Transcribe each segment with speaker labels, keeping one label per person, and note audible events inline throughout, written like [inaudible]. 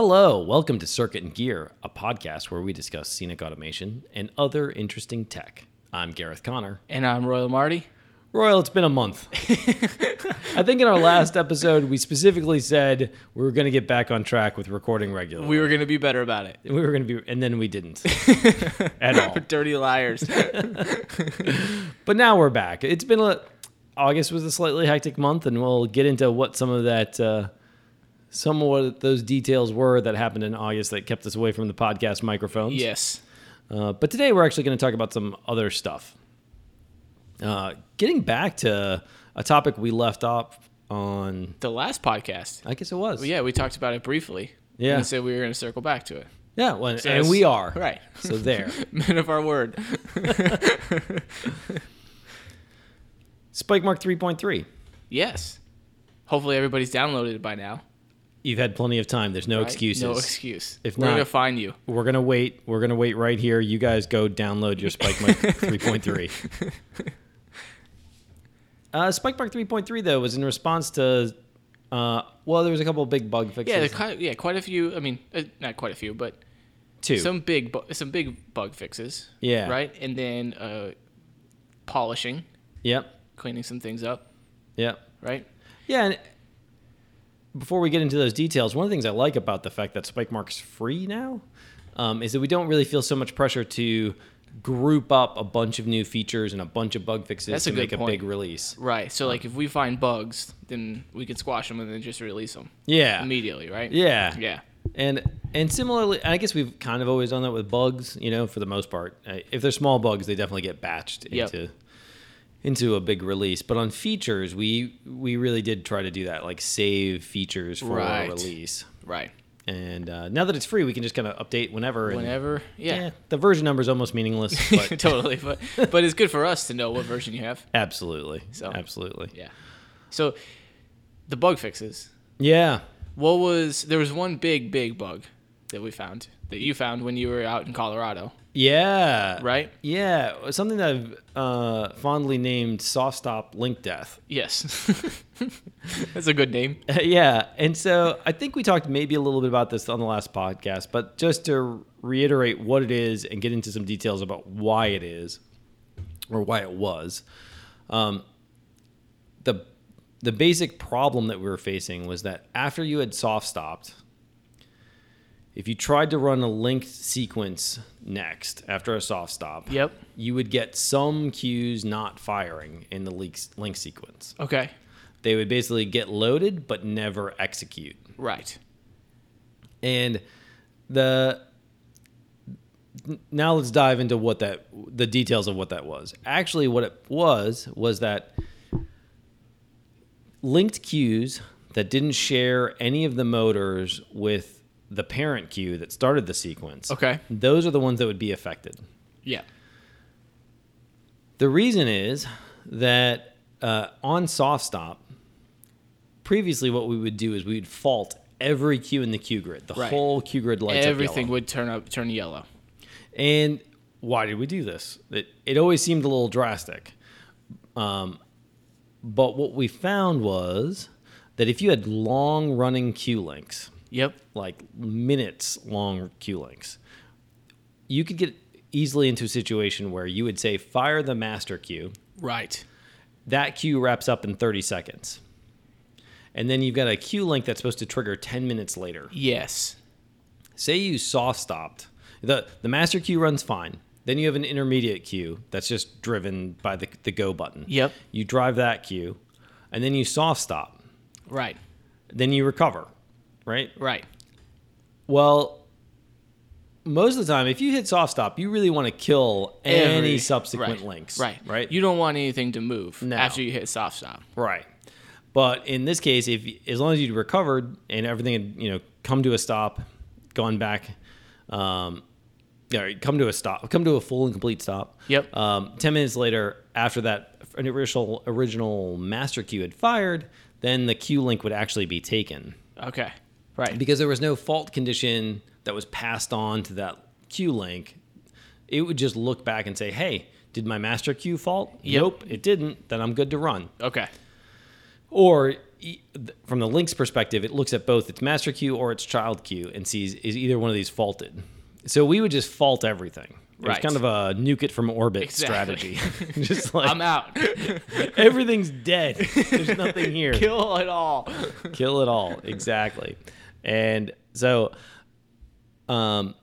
Speaker 1: Hello, welcome to Circuit and Gear, a podcast where we discuss scenic automation and other interesting tech. I'm Gareth Connor.
Speaker 2: And I'm Royal Marty.
Speaker 1: Royal, it's been a month. I think in our last episode, we specifically said we were going to get back on track with recording regularly.
Speaker 2: We were going to be better
Speaker 1: [laughs]
Speaker 2: about it.
Speaker 1: We were going to be, and then we didn't at all.
Speaker 2: Dirty liars.
Speaker 1: But now we're back. It's been a, August was a slightly hectic month, and we'll get into what some of that, uh, some of what those details were that happened in August that kept us away from the podcast microphones.
Speaker 2: [laughs] yes.
Speaker 1: Uh, but today we're actually going to talk about some other stuff. Uh, getting back to a topic we left off on,
Speaker 2: The last podcast.
Speaker 1: I guess it was.
Speaker 2: Yeah, we talked about it briefly.
Speaker 1: Yeah.
Speaker 2: And said we were going to circle back to it.
Speaker 1: Yeah. Well,
Speaker 2: So
Speaker 1: and
Speaker 2: it's-
Speaker 1: we are.
Speaker 2: Right. [laughs]
Speaker 1: So there.
Speaker 2: Men of our word.
Speaker 1: Spike Mark 3.3.
Speaker 2: Yes. Hopefully everybody's downloaded it by now.
Speaker 1: You've had plenty of time. There's no
Speaker 2: right?
Speaker 1: excuses.
Speaker 2: No excuse.
Speaker 1: If
Speaker 2: we're
Speaker 1: not-
Speaker 2: going to find you.
Speaker 1: We're going to wait. We're going to wait right here. You guys go download your Spike
Speaker 2: [laughs]
Speaker 1: Mark 3.3. Uh, Spike Mark 3.3, though, was in response to, uh, well, there was a couple of big bug fixes.
Speaker 2: Yeah, there are quite, yeah, quite a few. I mean, uh, not quite a few, but
Speaker 1: two.
Speaker 2: some big bu- some big bug fixes.
Speaker 1: Yeah.
Speaker 2: Right? And then uh, polishing,
Speaker 1: Yep.
Speaker 2: cleaning some things up,
Speaker 1: Yep.
Speaker 2: right?
Speaker 1: Yeah, and before we get into those details, one of the things I like about the fact that Spike Mark's free now um, is that we don't really feel so much pressure to group up a bunch of new features and a bunch of bug fixes
Speaker 2: That's a
Speaker 1: to make
Speaker 2: good
Speaker 1: a big
Speaker 2: point.
Speaker 1: release.
Speaker 2: Right. So
Speaker 1: Um,
Speaker 2: like if we find bugs, then we can squash them and then just release them
Speaker 1: Yeah,
Speaker 2: immediately, right?
Speaker 1: yeah,
Speaker 2: Yeah.
Speaker 1: And and similarly, I guess we've kind of always done that with bugs, you know, for the most part. Uh, If they're small bugs, they definitely get batched
Speaker 2: Yep.
Speaker 1: into into a big release. But on features, we we really did try to do that, like save features for
Speaker 2: Right.
Speaker 1: a release.
Speaker 2: Right.
Speaker 1: And uh, now that it's free, we can just kind of update whenever. and-
Speaker 2: Whenever.
Speaker 1: yeah.
Speaker 2: Yeah. [laughs]
Speaker 1: the version number is almost meaningless, but
Speaker 2: totally. But but it's good for us to know what version you have.
Speaker 1: absolutely,
Speaker 2: So-
Speaker 1: absolutely,
Speaker 2: Yeah. So the bug fixes.
Speaker 1: yeah,
Speaker 2: What was there was one big big bug that we found that you found when you were out in Colorado,
Speaker 1: Uh-huh. yeah,
Speaker 2: right?
Speaker 1: yeah. Something that I've uh, fondly named "soft stop link death."
Speaker 2: Yes. [laughs] That's a good name.
Speaker 1: [laughs] yeah, and so I think we talked maybe a little bit about this on the last podcast, but just to reiterate what it is and get into some details about why it is or why it was. Um, the the basic problem that we were facing was that after you had soft stopped, if you tried to run a linked sequence next after a soft stop,
Speaker 2: Yep.
Speaker 1: you would get some queues not firing in the link, link sequence
Speaker 2: Okay.
Speaker 1: they would basically get loaded but never execute.
Speaker 2: Right.
Speaker 1: And the now let's dive into what that the details of what that was. Actually what it was was that linked queues that didn't share any of the motors with the parent queue that started the sequence.
Speaker 2: Okay.
Speaker 1: Those are the ones that would be affected.
Speaker 2: Yeah.
Speaker 1: The reason is that uh, on soft stop, previously what we would do is we'd fault every queue in the queue grid. The
Speaker 2: Right.
Speaker 1: whole queue grid lights
Speaker 2: Everything
Speaker 1: up
Speaker 2: would turn up turn yellow.
Speaker 1: yellow. And why did we do this? It, it always seemed a little drastic. Um, but what we found was that if you had long running queue links,
Speaker 2: Yep.
Speaker 1: like minutes long queue links, you could get easily into a situation where you would say, fire the master queue.
Speaker 2: Right.
Speaker 1: that queue wraps up in 30 seconds. And then you've got a queue link that's supposed to trigger 10 minutes later.
Speaker 2: Yes.
Speaker 1: Say you soft stopped. The, the master queue runs fine. Then you have an intermediate queue that's just driven by the, the go button.
Speaker 2: Yep.
Speaker 1: You drive that queue, and then you soft stop.
Speaker 2: Right.
Speaker 1: Then you recover, right?
Speaker 2: Right.
Speaker 1: Well, most of the time, if you hit soft stop, you really want to kill any
Speaker 2: Every-
Speaker 1: subsequent
Speaker 2: right,
Speaker 1: links.
Speaker 2: Right.
Speaker 1: Right.
Speaker 2: You don't want anything to move
Speaker 1: No.
Speaker 2: after you hit soft stop.
Speaker 1: Right. But in this case, if as long as you'd recovered and everything had you know come to a stop, gone back, um, yeah, come to a stop, come to a full and complete stop.
Speaker 2: Yep.
Speaker 1: Um, Ten minutes later, after that an original original master queue had fired, then the queue link would actually be taken
Speaker 2: Okay. Right.
Speaker 1: because there was no fault condition that was passed on to that queue link. It would just look back and say, "Hey, did my master queue fault?
Speaker 2: Yep.
Speaker 1: Nope, it didn't. Then I'm good to run."
Speaker 2: okay.
Speaker 1: Or e- th- from the Link's perspective, it looks at both its master queue or its child queue and sees is either one of these faulted. So we would just fault everything. It's
Speaker 2: Right.
Speaker 1: kind of a nuke it from orbit
Speaker 2: Exactly. [laughs]
Speaker 1: strategy. [laughs] just like
Speaker 2: I'm out.
Speaker 1: everything's
Speaker 2: [laughs]
Speaker 1: dead. There's nothing here.
Speaker 2: Kill it all.
Speaker 1: Kill it all. Exactly. And so um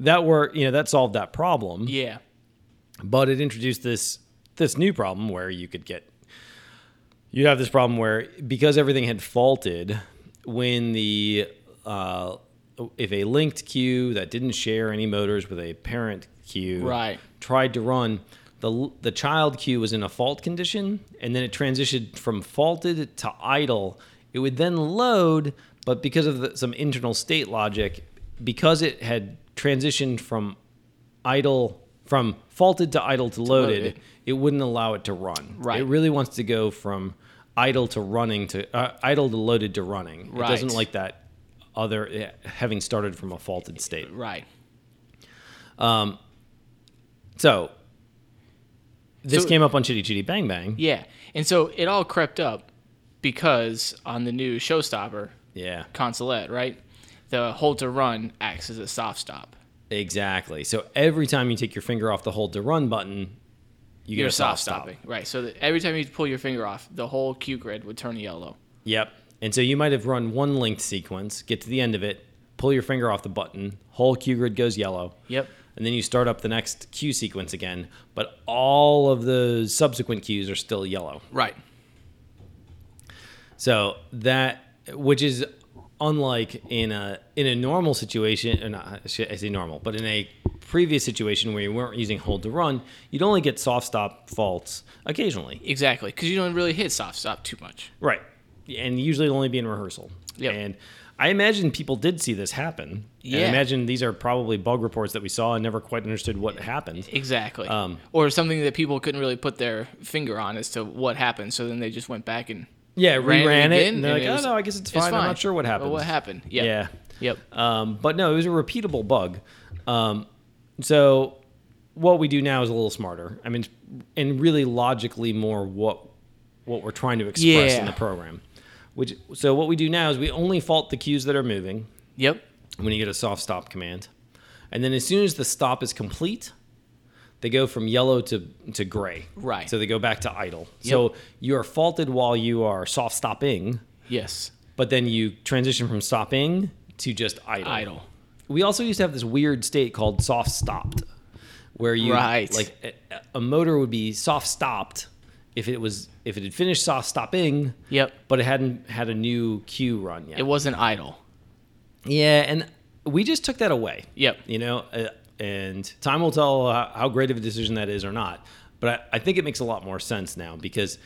Speaker 1: that worked, you know, that solved that problem.
Speaker 2: Yeah.
Speaker 1: but it introduced this this new problem where you could get you'd have this problem where because everything had faulted when the uh, if a linked queue that didn't share any motors with a parent queue
Speaker 2: Right.
Speaker 1: tried to run the the child queue was in a fault condition and then it transitioned from faulted to idle it would then load but because of the, some internal state logic because it had transitioned from idle from faulted to idle to loaded,
Speaker 2: loaded.
Speaker 1: it wouldn't allow it to run.
Speaker 2: Right.
Speaker 1: It really wants to go from idle to running to uh, idle to loaded to running.
Speaker 2: Right.
Speaker 1: It doesn't like that other eh, having started from a faulted state.
Speaker 2: Right.
Speaker 1: So this
Speaker 2: So-
Speaker 1: came up on Chitty Chitty Bang Bang.
Speaker 2: Yeah. And so it all crept up because on the new Showstopper,
Speaker 1: Yeah.
Speaker 2: Consulate, right? The hold to run acts as a soft stop.
Speaker 1: Exactly. So every time you take your finger off the hold to run button, you get
Speaker 2: You're
Speaker 1: a soft
Speaker 2: soft
Speaker 1: stop.
Speaker 2: stopping. Right. So that every time you pull your finger off, the whole cue grid would turn yellow.
Speaker 1: Yep. And so you might have run one linked sequence, get to the end of it, pull your finger off the button, whole Q grid goes yellow.
Speaker 2: Yep.
Speaker 1: And then you start up the next queue sequence again, but all of the subsequent queues are still yellow.
Speaker 2: Right.
Speaker 1: So that, which is unlike in a in a normal situation, or not, I should- I say normal, but in a previous situation where you weren't using hold to run, you'd only get soft stop faults occasionally.
Speaker 2: Exactly. Because you don't really hit soft stop too much.
Speaker 1: Right. And usually it'll only be in rehearsal.
Speaker 2: Yep.
Speaker 1: And I imagine people did see this happen. And I
Speaker 2: Yeah.
Speaker 1: imagine these are probably bug reports that we saw and never quite understood what happened.
Speaker 2: Exactly.
Speaker 1: Um,
Speaker 2: or something that people couldn't really put their finger on as to what happened. So then they just went back and
Speaker 1: Yeah,
Speaker 2: ran
Speaker 1: reran it,
Speaker 2: again,
Speaker 1: and they're like,
Speaker 2: it was-
Speaker 1: "Oh no, I guess it's fine. I'm not sure what
Speaker 2: Well,
Speaker 1: happened."
Speaker 2: what happened? Yeah.
Speaker 1: Yeah.
Speaker 2: Yep.
Speaker 1: Um, but no, it was a repeatable bug. Um, so what we do now is a little smarter. I mean, and really logically more what what we're trying to express in
Speaker 2: Yeah.
Speaker 1: the program. Which so what we do now is we only fault the cues that are moving
Speaker 2: Yep.
Speaker 1: when you get a soft stop command, and then as soon as the stop is complete, they go from yellow to to gray.
Speaker 2: Right.
Speaker 1: So they go back to idle. So you are faulted while you are soft stopping
Speaker 2: Yes.
Speaker 1: but then you transition from stopping to just idle.
Speaker 2: Idle.
Speaker 1: We also used to have this weird state called soft stopped, where you
Speaker 2: Right.
Speaker 1: like a, a motor would be soft stopped if it was if it had finished soft stopping,
Speaker 2: Yep.
Speaker 1: but it hadn't had a new cue run yet.
Speaker 2: It wasn't idle.
Speaker 1: yeah, and we just took that away.
Speaker 2: Yep.
Speaker 1: You know, uh, and time will tell how, how great of a decision that is or not. But I, I think it makes a lot more sense now because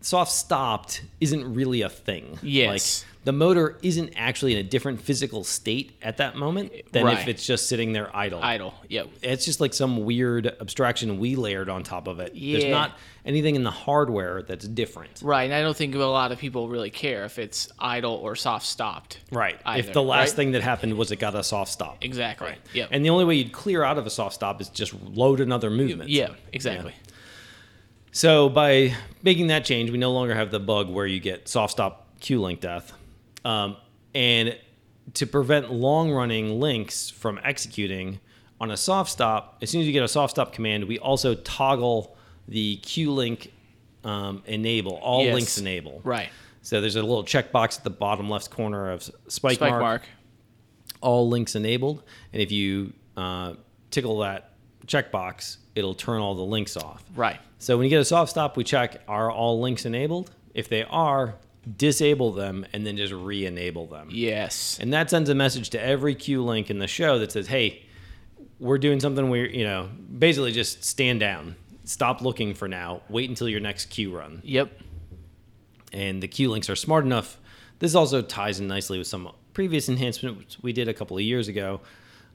Speaker 1: soft stopped isn't really a thing.
Speaker 2: Yes.
Speaker 1: Like the motor isn't actually in a different physical state at that moment than if
Speaker 2: Right.
Speaker 1: it's just sitting there idle.
Speaker 2: Idle. Yep.
Speaker 1: it's just like some weird abstraction we layered on top of it. There's
Speaker 2: Yeah.
Speaker 1: not anything in the hardware that's different.
Speaker 2: Right. And I don't think a lot of people really care if it's idle or soft stopped.
Speaker 1: Right. if
Speaker 2: Either,
Speaker 1: the last
Speaker 2: right?
Speaker 1: thing that happened was it got a soft stop.
Speaker 2: Exactly. Yep.
Speaker 1: And the only way you'd clear out of a soft stop is just load another movement.
Speaker 2: yeah. Exactly.
Speaker 1: So by making that change, we no longer have the bug where you get soft stop queue link death. Um, and to prevent long running links from executing on a soft stop, as soon as you get a soft stop command, we also toggle the queue link um, enable, all
Speaker 2: Yes.
Speaker 1: links enable.
Speaker 2: Right.
Speaker 1: So there's a little checkbox at the bottom left corner of Spike,
Speaker 2: Spike
Speaker 1: Mark,
Speaker 2: mark.
Speaker 1: all links enabled. And if you uh, tickle that checkbox, it'll turn all the links off.
Speaker 2: Right.
Speaker 1: So when you get a soft stop, we check are all links enabled? If they are, disable them and then just re enable them.
Speaker 2: Yes.
Speaker 1: And that sends a message to every queue link in the show that says, hey, we're doing something where, you know, basically just stand down. Stop looking for now. Wait until your next queue run.
Speaker 2: Yep.
Speaker 1: And the queue links are smart enough. This also ties in nicely with some previous enhancements we did a couple of years ago,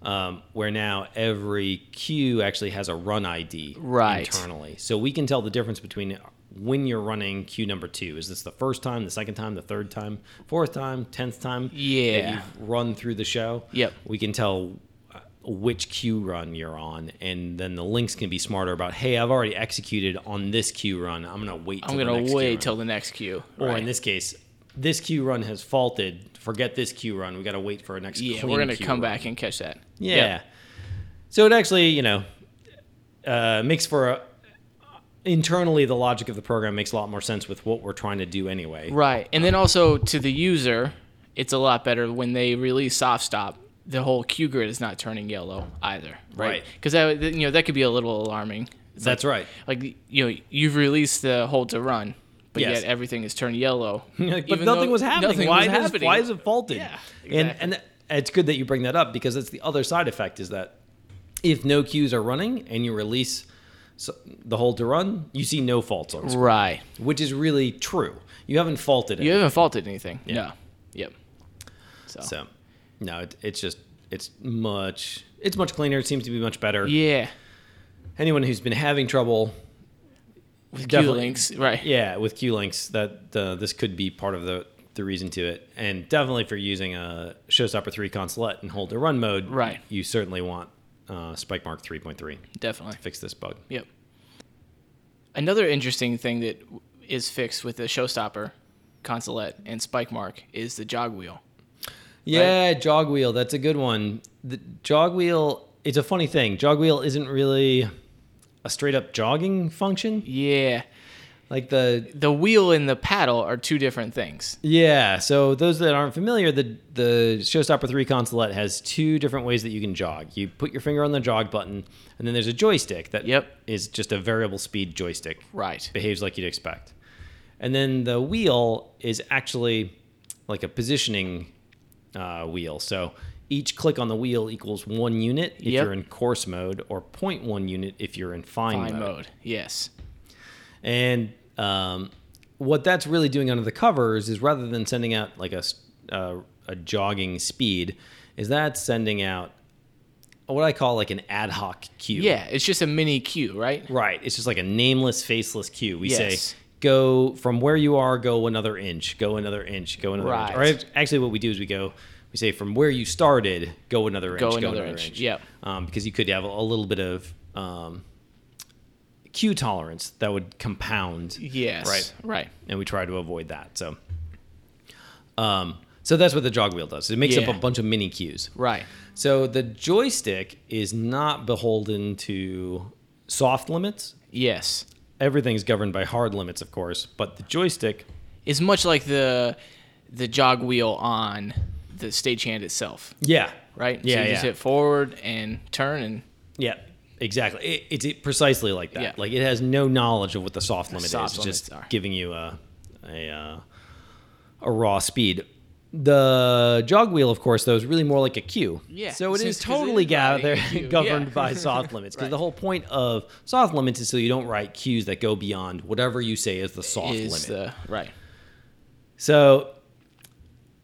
Speaker 1: um, where now every queue actually has a run ID
Speaker 2: Right.
Speaker 1: internally. So we can tell the difference between when you're running queue number two. Is this the first time, the second time, the third time, fourth time, tenth time?
Speaker 2: Yeah.
Speaker 1: That you've run through the show.
Speaker 2: Yep.
Speaker 1: We can tell uh, which queue run you're on, and then the links can be smarter about, hey, I've already executed on this queue run. I'm gonna wait.
Speaker 2: I'm
Speaker 1: till the
Speaker 2: gonna
Speaker 1: next queue
Speaker 2: wait
Speaker 1: run."
Speaker 2: till the next cue.
Speaker 1: Or
Speaker 2: Right.
Speaker 1: in this case, this Q run has faulted. Forget this Q run. We got to wait for a next.
Speaker 2: Yeah,
Speaker 1: clean
Speaker 2: we're gonna
Speaker 1: Q run.
Speaker 2: come back and catch that.
Speaker 1: Yeah.
Speaker 2: Yep.
Speaker 1: So it actually, you know, uh, makes for a, internally the logic of the program makes a lot more sense with what we're trying to do anyway.
Speaker 2: Right. And then also to the user, it's a lot better when they release soft stop. The whole Q grid is not turning yellow either,
Speaker 1: Right.
Speaker 2: right? Because that you know that could be a little alarming. It's
Speaker 1: That's right.
Speaker 2: like, like you know you've released the hold to run, but
Speaker 1: Yes.
Speaker 2: yet everything is turned yellow.
Speaker 1: Like, [laughs] but
Speaker 2: even
Speaker 1: nothing
Speaker 2: though
Speaker 1: was happening.
Speaker 2: nothing
Speaker 1: why,
Speaker 2: was
Speaker 1: is,
Speaker 2: happening.
Speaker 1: why is it faulted?
Speaker 2: Yeah,
Speaker 1: And and it's good that you bring that up because that's the other side effect is that if no queues are running and you release so- the whole to run, you see no faults on screen,
Speaker 2: Right.
Speaker 1: which is really true. You haven't faulted it.
Speaker 2: You haven't faulted anything. No. Yep. So.
Speaker 1: So no, it, it's just it's much it's much cleaner. It seems to be much better.
Speaker 2: Yeah.
Speaker 1: Anyone who's been having trouble
Speaker 2: With Q
Speaker 1: Definitely.
Speaker 2: links. Right.
Speaker 1: Yeah, with Q links, that uh, this could be part of the the reason to it, and definitely for using a Showstopper three consulate and hold to run mode,
Speaker 2: Right.
Speaker 1: You certainly want uh, Spike Mark three point three
Speaker 2: Definitely.
Speaker 1: fix this bug.
Speaker 2: Yep. Another interesting thing that w- is fixed with the showstopper, consulate, and spike mark is the jog wheel.
Speaker 1: Yeah, jog wheel. That's a good one. The jog wheel. It's a funny thing. Jog wheel isn't really a straight up jogging function.
Speaker 2: Yeah.
Speaker 1: Like the
Speaker 2: The wheel and the paddle are two different things.
Speaker 1: yeah. So those that aren't familiar, the the Showstopper three consulate has two different ways that you can jog. You put your finger on the jog button, and then there's a joystick that
Speaker 2: Yep.
Speaker 1: is just a variable speed joystick.
Speaker 2: Right.
Speaker 1: Behaves like you'd expect. And then the wheel is actually like a positioning uh, wheel. So each click on the wheel equals one unit if
Speaker 2: Yep.
Speaker 1: you're in course mode, or 0.1 unit if you're in fine,
Speaker 2: Fine
Speaker 1: mode.
Speaker 2: mode. Yes.
Speaker 1: And um, what that's really doing under the covers is rather than sending out like a, s- uh, a jogging speed, is that sending out what I call like an ad hoc cue.
Speaker 2: Yeah. It's just a mini Q, right?
Speaker 1: Right. It's just like a nameless, faceless cue. We
Speaker 2: Yes.
Speaker 1: say, go from where you are, go another inch, go another inch, go another
Speaker 2: Right.
Speaker 1: inch. Or act- actually, what we do is we go, we say, from where you started, go another inch,
Speaker 2: Go another inch. Yep.
Speaker 1: Um, because you could have a, a little bit of um, cue tolerance that would compound.
Speaker 2: Yes.
Speaker 1: Right.
Speaker 2: Right.
Speaker 1: And we try to avoid that. So, um, so that's what the jog wheel does. It makes up
Speaker 2: Yeah.
Speaker 1: a bunch of mini cues.
Speaker 2: Right.
Speaker 1: So the joystick is not beholden to soft limits
Speaker 2: Yes.
Speaker 1: everything's governed by hard limits, of course, but the joystick,
Speaker 2: It's much like the the jog wheel on the stagehand itself,
Speaker 1: yeah,
Speaker 2: right?
Speaker 1: Yeah,
Speaker 2: So you
Speaker 1: yeah,
Speaker 2: just hit forward and turn and
Speaker 1: yeah, exactly. It, it's it, precisely like that.
Speaker 2: Yeah.
Speaker 1: Like it has no knowledge of what the soft limit
Speaker 2: soft
Speaker 1: is. It's just
Speaker 2: limits are.
Speaker 1: giving you a a uh, a raw speed. The jog wheel, of course, though, is really more like a cue.
Speaker 2: Yeah,
Speaker 1: So it is
Speaker 2: since- 'cause it is
Speaker 1: totally
Speaker 2: riding a
Speaker 1: gathered, [laughs]
Speaker 2: cue,
Speaker 1: governed
Speaker 2: yeah.
Speaker 1: by
Speaker 2: [laughs]
Speaker 1: soft limits. Because
Speaker 2: Right.
Speaker 1: the whole point of soft limits is so you don't write cues that go beyond whatever you say is the soft
Speaker 2: is
Speaker 1: limit.
Speaker 2: the right.
Speaker 1: So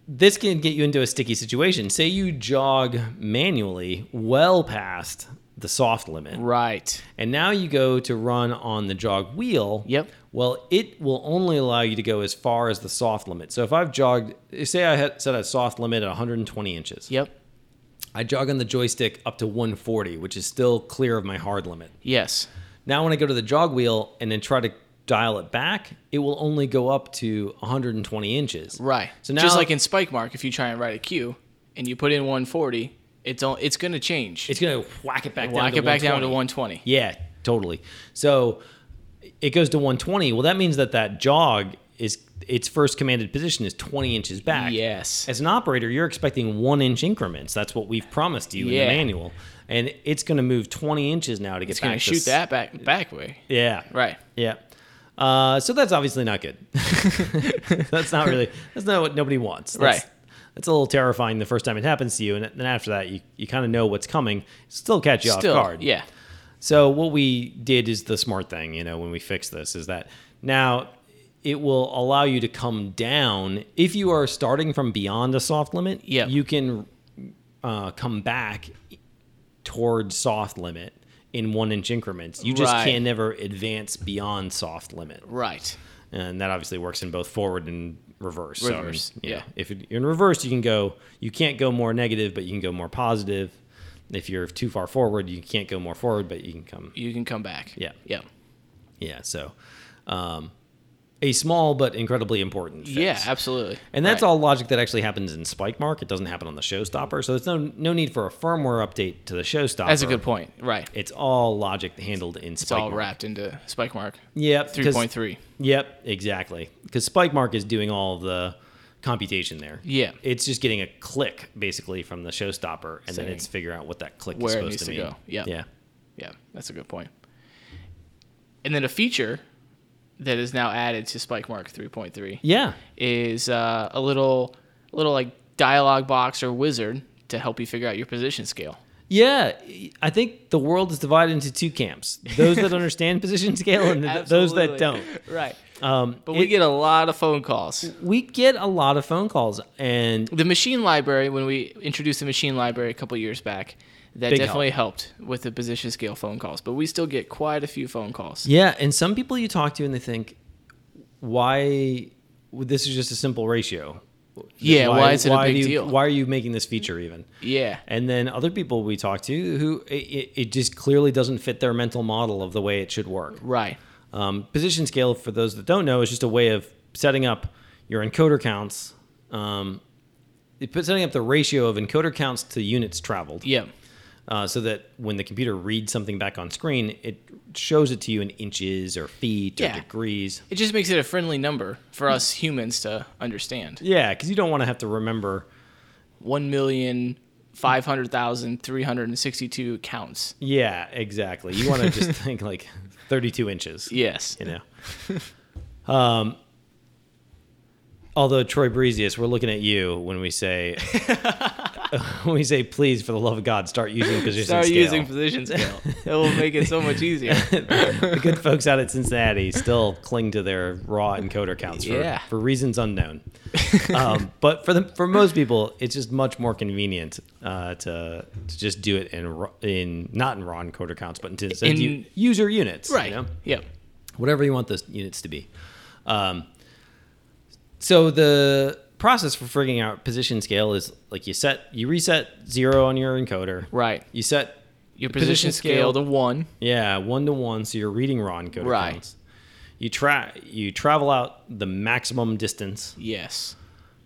Speaker 1: this can get you into a sticky situation. Say you jog manually well past the soft limit,
Speaker 2: Right.
Speaker 1: and now you go to run on the jog wheel.
Speaker 2: Yep.
Speaker 1: Well, it will only allow you to go as far as the soft limit. So if I've jogged, say I had set a soft limit at 120 inches,
Speaker 2: Yep.
Speaker 1: I jog on the joystick up to 140, which is still clear of my hard limit.
Speaker 2: Yes.
Speaker 1: Now, when I go to the jog wheel and then try to dial it back, it will only go up to 120 inches.
Speaker 2: Right.
Speaker 1: So
Speaker 2: So
Speaker 1: now-
Speaker 2: now, just like in Spike Mark, if you try and write a Q and you put in 140, it's all, it's going to change.
Speaker 1: It's gonna whack it back.
Speaker 2: Whack
Speaker 1: down
Speaker 2: it
Speaker 1: to
Speaker 2: back down to
Speaker 1: 120.
Speaker 2: 120.
Speaker 1: Yeah, totally. So it goes to 120. Well, that means that that jog is its first commanded position is 20 inches back.
Speaker 2: Yes.
Speaker 1: As an operator, you're expecting one inch increments. That's what we've promised you
Speaker 2: Yeah.
Speaker 1: in the manual, and it's gonna move 20 inches now to get
Speaker 2: It's
Speaker 1: back.
Speaker 2: going to
Speaker 1: to
Speaker 2: shoot
Speaker 1: s-
Speaker 2: that back back way.
Speaker 1: Yeah.
Speaker 2: Right.
Speaker 1: Yeah. Uh, so that's obviously not good. [laughs] that's not really. That's not what nobody wants. That's,
Speaker 2: Right.
Speaker 1: That's a little terrifying the first time it happens to you, and then after that, you, you kind of know what's coming. Still catch you
Speaker 2: Still.
Speaker 1: off guard.
Speaker 2: Yeah.
Speaker 1: So what we did is the smart thing, you know, when we fix this is that now it will allow you to come down if you are starting from beyond a soft limit.
Speaker 2: Yep.
Speaker 1: you can uh, come back towards soft limit in one inch increments. You just
Speaker 2: Right.
Speaker 1: can never advance beyond soft limit,
Speaker 2: Right.
Speaker 1: and that obviously works in both forward and reverse. So, I mean,
Speaker 2: Reverse, yeah.
Speaker 1: If it- you're in reverse, you can go. You can't go more negative, but you can go more positive. If you're too far forward, you can't go more forward, but you can come
Speaker 2: You can come back.
Speaker 1: Yeah.
Speaker 2: Yep.
Speaker 1: yeah, so um, a small but incredibly important fix.
Speaker 2: Yeah, absolutely.
Speaker 1: And that's
Speaker 2: Right.
Speaker 1: all logic that actually happens in Spike Mark. It doesn't happen on the Showstopper, so there's no no need for a firmware update to the Showstopper.
Speaker 2: That's a good point. Right.
Speaker 1: It's all logic handled in
Speaker 2: It's
Speaker 1: Spike
Speaker 2: all
Speaker 1: Mark.
Speaker 2: wrapped into Spike Mark
Speaker 1: Yep, 'cause-
Speaker 2: 3.3.
Speaker 1: Yep, exactly. Because Spike Mark is doing all of the computation there.
Speaker 2: Yeah.
Speaker 1: it's just getting a click basically from the Showstopper, and
Speaker 2: Saying
Speaker 1: then it's figuring out what that click
Speaker 2: where
Speaker 1: is
Speaker 2: it
Speaker 1: supposed to
Speaker 2: needs to
Speaker 1: mean.
Speaker 2: go. Yep.
Speaker 1: Yeah.
Speaker 2: Yeah, that's a good point. And then a feature that is now added to Spike Mark 3.3
Speaker 1: Yeah.
Speaker 2: is uh, a little little like dialogue box or wizard to help you figure out your position scale.
Speaker 1: Yeah, I think the world is divided into two camps: those
Speaker 2: [laughs]
Speaker 1: that understand position scale and th- those that don't.
Speaker 2: Right.
Speaker 1: Um,
Speaker 2: But
Speaker 1: it-
Speaker 2: we get a lot of phone calls.
Speaker 1: we get a lot of phone calls, and
Speaker 2: The machine library, when we introduced the machine library a couple years back, that
Speaker 1: Big
Speaker 2: definitely helped with the position scale phone calls. But we still get quite a few phone calls.
Speaker 1: yeah, and some people you talk to and they think, why? This is just a simple ratio.
Speaker 2: Yeah, why is it a big
Speaker 1: do you-
Speaker 2: deal?
Speaker 1: Why are you making this feature even?
Speaker 2: Yeah.
Speaker 1: And then other people we talk to who it- it, it just clearly doesn't fit their mental model of the way it should work.
Speaker 2: Right.
Speaker 1: Um, position scale, for those that don't know, is just a way of setting up your encoder counts. Um, it puts setting up the ratio of encoder counts to units traveled,
Speaker 2: Yeah.
Speaker 1: uh, so that when the computer reads something back on screen, it shows it to you in inches or feet or
Speaker 2: Yeah.
Speaker 1: degrees.
Speaker 2: It just makes it a friendly number for us humans to understand.
Speaker 1: Yeah, because you don't want to have to remember.
Speaker 2: One million five hundred thousand three hundred and sixty-two counts.
Speaker 1: Yeah, exactly. You want to
Speaker 2: [laughs]
Speaker 1: just think like 32 inches.
Speaker 2: Yes.
Speaker 1: you know. um, [laughs] although Troy Breezius, we're looking at you when we say [laughs] when we say, please, for the love of God, start using position
Speaker 2: Start
Speaker 1: scale.
Speaker 2: using position [laughs] scale. It will make it so much easier.
Speaker 1: the good folks out at Cincinnati still cling to their raw encoder counts for,
Speaker 2: Yeah.
Speaker 1: for reasons unknown. um, [laughs] but for the for most people, it's just much more convenient uh, to to just do it in ra- in not in raw encoder counts, but in,
Speaker 2: In-
Speaker 1: in user units, you
Speaker 2: [laughs] Right.
Speaker 1: know?
Speaker 2: Yep.
Speaker 1: whatever you want those units to be. Um, so the process for figuring out position scale is like you set you reset zero on your encoder.
Speaker 2: Right.
Speaker 1: You set
Speaker 2: Your
Speaker 1: Position
Speaker 2: position
Speaker 1: scale.
Speaker 2: scale to one.
Speaker 1: yeah one to one, so you're reading raw encoder
Speaker 2: Right.
Speaker 1: counts. You try you travel out the maximum distance,
Speaker 2: Yes.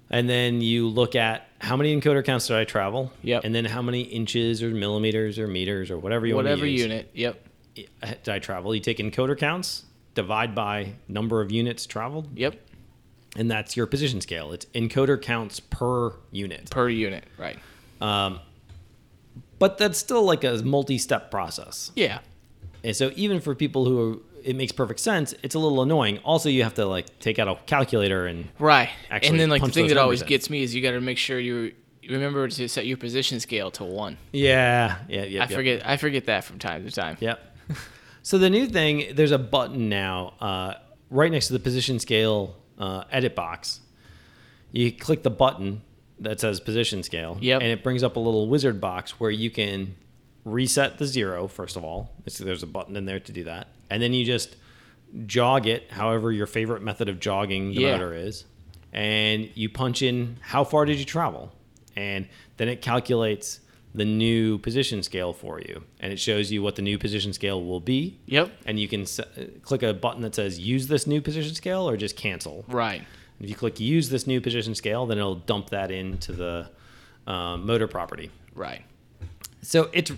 Speaker 1: and then you look at how many encoder counts did I travel?
Speaker 2: Yep.
Speaker 1: And then how many inches or millimeters or meters or whatever you want
Speaker 2: Whatever
Speaker 1: to use. eh,
Speaker 2: unit. Yep.
Speaker 1: Did I travel? You take encoder counts, divide by number of units traveled,
Speaker 2: Yep.
Speaker 1: and that's your position scale. It's encoder counts per unit.
Speaker 2: Per unit. Right.
Speaker 1: But that's still like a multi step process.
Speaker 2: Yeah.
Speaker 1: And so even for people who it makes perfect sense, it's a little annoying. Also, you have to like take out a calculator and
Speaker 2: Right.
Speaker 1: Actually
Speaker 2: and then like the
Speaker 1: punch
Speaker 2: thing
Speaker 1: those
Speaker 2: that always
Speaker 1: numbers in.
Speaker 2: gets me is you got to make sure you you remember to set your position scale to one.
Speaker 1: yeah, yeah, yeah.
Speaker 2: I forget. I forget that from time to time.
Speaker 1: Yep. [laughs] so the new thing, there's a button now uh, right next to the position scale uh, edit box. You click the button that says position scale,
Speaker 2: Yep.
Speaker 1: and it brings up a little wizard box where you can reset the zero, first of all. It's, there's a button in there to do that. And then you just jog it however your favorite method of jogging the
Speaker 2: Yeah.
Speaker 1: motor is. And you punch in how far did you travel? And then it calculates the new position scale for you. And it shows you what the new position scale will be.
Speaker 2: Yep.
Speaker 1: And you can s- uh, click a button that says use this new position scale or just cancel.
Speaker 2: Right.
Speaker 1: If you click use this new position scale, then it'll dump that into the um, motor property.
Speaker 2: Right.
Speaker 1: So it's,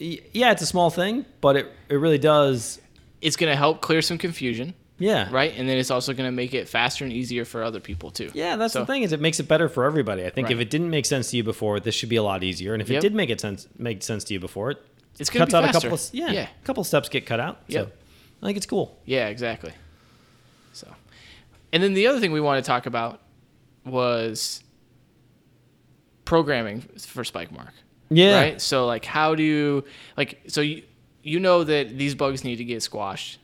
Speaker 1: y- yeah, it's a small thing, but it, it really does.
Speaker 2: It's gonna help clear some confusion.
Speaker 1: Yeah.
Speaker 2: Right. And then it's also gonna make it faster and easier for other people too.
Speaker 1: Yeah, that's
Speaker 2: So-
Speaker 1: the thing is it makes it better for everybody. I think if
Speaker 2: Right.
Speaker 1: it didn't make sense to you before, this should be a lot easier. And if it
Speaker 2: Yep.
Speaker 1: did make it sense make sense to you before, it
Speaker 2: It's gonna
Speaker 1: cuts
Speaker 2: be
Speaker 1: out a
Speaker 2: faster.
Speaker 1: couple of yeah,
Speaker 2: Yeah.
Speaker 1: a couple steps get cut out. So
Speaker 2: Yep.
Speaker 1: I think it's cool.
Speaker 2: Yeah, exactly. So, and then the other thing we want to talk about was programming for Spike Mark.
Speaker 1: Yeah.
Speaker 2: Right. So, like, how do you like? So you you know that these bugs need to get squashed,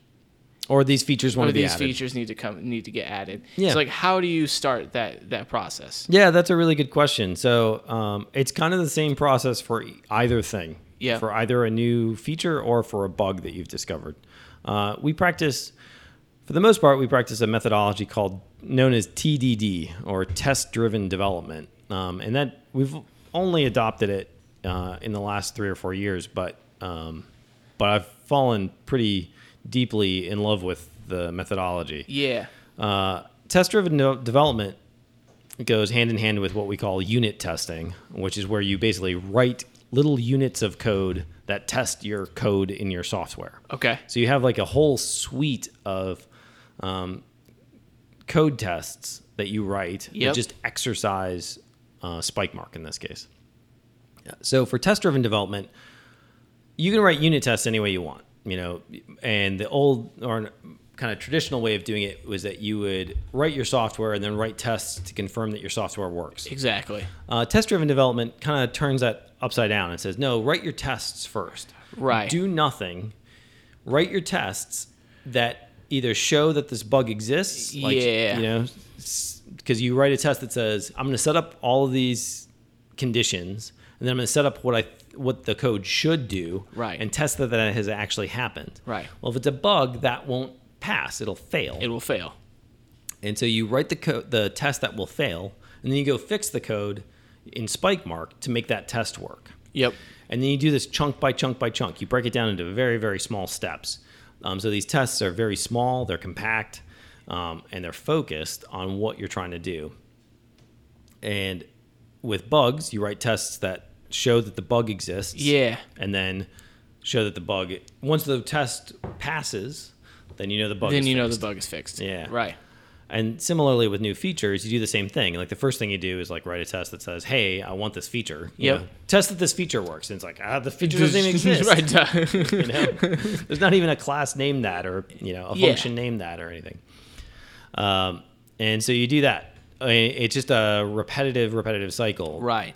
Speaker 1: Or these features want
Speaker 2: or
Speaker 1: to be
Speaker 2: these
Speaker 1: added.
Speaker 2: features need to come need to get added.
Speaker 1: Yeah.
Speaker 2: So, like, how do you start that that process?
Speaker 1: Yeah, that's a really good question. So um, it's kind of the same process for e- either thing.
Speaker 2: Yeah.
Speaker 1: For either a new feature or for a bug that you've discovered. Uh, we practice, for the most part, we practice a methodology called known as TDD or test driven development. Um, and that we've only adopted it uh, in the last three or four years, but um, but I've fallen pretty deeply in love with the methodology.
Speaker 2: Yeah.
Speaker 1: Uh, test driven development goes hand in hand with what we call unit testing, which is where you basically write little units of code that test your code in your software.
Speaker 2: Okay.
Speaker 1: So you have like a whole suite of um, code tests that you write
Speaker 2: Yep.
Speaker 1: that just exercise uh, spike mark in this case. Yeah. So for test driven development, you can write unit tests any way you want, you know, and the old or kind of traditional way of doing it was that you would write your software and then write tests to confirm that your software works.
Speaker 2: Exactly.
Speaker 1: Uh, test driven development kind of turns that upside down and says, no, write your tests first.
Speaker 2: Right.
Speaker 1: Do nothing. Write your tests that either show that this bug exists.
Speaker 2: Yeah.
Speaker 1: You know, because you write a test that says, I'm going to set up all of these conditions and then I'm going to set up what I what the code should do
Speaker 2: Right.
Speaker 1: and test that that has actually happened.
Speaker 2: Right.
Speaker 1: Well, if it's a bug, that won't pass. It'll fail.
Speaker 2: It will fail.
Speaker 1: And so you write the code, the test that will fail, and then you go fix the code in Spike Mark to make that test work.
Speaker 2: Yep.
Speaker 1: And then you do this chunk by chunk by chunk. You break it down into very very small steps. Um, so these tests are very small, they're compact, um, and they're focused on what you're trying to do. And with bugs, you write tests that show that the bug exists
Speaker 2: Yeah.
Speaker 1: and then show that the bug. Once the test passes, then you know the bug.
Speaker 2: then
Speaker 1: is
Speaker 2: you know
Speaker 1: fixed.
Speaker 2: the bug is fixed.
Speaker 1: Yeah.
Speaker 2: Right.
Speaker 1: And similarly with new features, you do the same thing. Like the first thing you do is like write a test that says, "Hey, I want this feature." You
Speaker 2: Yep.
Speaker 1: know, test that this feature works, and it's like, ah, the feature
Speaker 2: [laughs]
Speaker 1: doesn't even exist. [laughs]
Speaker 2: right.
Speaker 1: you know? There's not even a class named that, or you know, a
Speaker 2: Yeah.
Speaker 1: function named that, or anything. Um, and so you do that. I mean, It's just a repetitive, repetitive cycle.
Speaker 2: Right,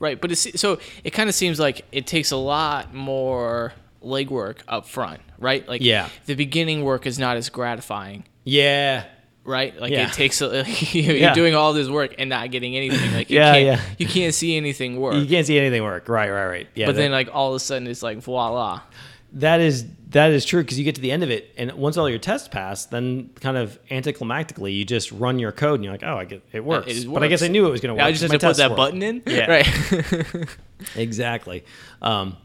Speaker 2: right. But it's so it kind of seems like it takes a lot more legwork up front, right? Like
Speaker 1: Yeah.
Speaker 2: the beginning work is not as gratifying,
Speaker 1: Yeah.
Speaker 2: right? Like
Speaker 1: Yeah.
Speaker 2: it takes a, [laughs] you're
Speaker 1: Yeah.
Speaker 2: doing all this work and not getting anything. Like you
Speaker 1: [laughs] Yeah,
Speaker 2: can't,
Speaker 1: yeah.
Speaker 2: you can't see anything work.
Speaker 1: You can't see anything work. Right. Right. Right. Yeah.
Speaker 2: but
Speaker 1: that-
Speaker 2: then like all of a sudden it's like voila.
Speaker 1: That is that is true because you get to the end of it, and once all your tests pass, then kind of anticlimactically, you just run your code, and you're like, "Oh, I get it works."
Speaker 2: It
Speaker 1: But I guess I
Speaker 2: works.
Speaker 1: knew it was going to work.
Speaker 2: Now I just have
Speaker 1: because
Speaker 2: to
Speaker 1: my
Speaker 2: put
Speaker 1: tests
Speaker 2: that
Speaker 1: work.
Speaker 2: button in.
Speaker 1: Yeah.
Speaker 2: [laughs]
Speaker 1: [laughs]
Speaker 2: Right.
Speaker 1: exactly. Um,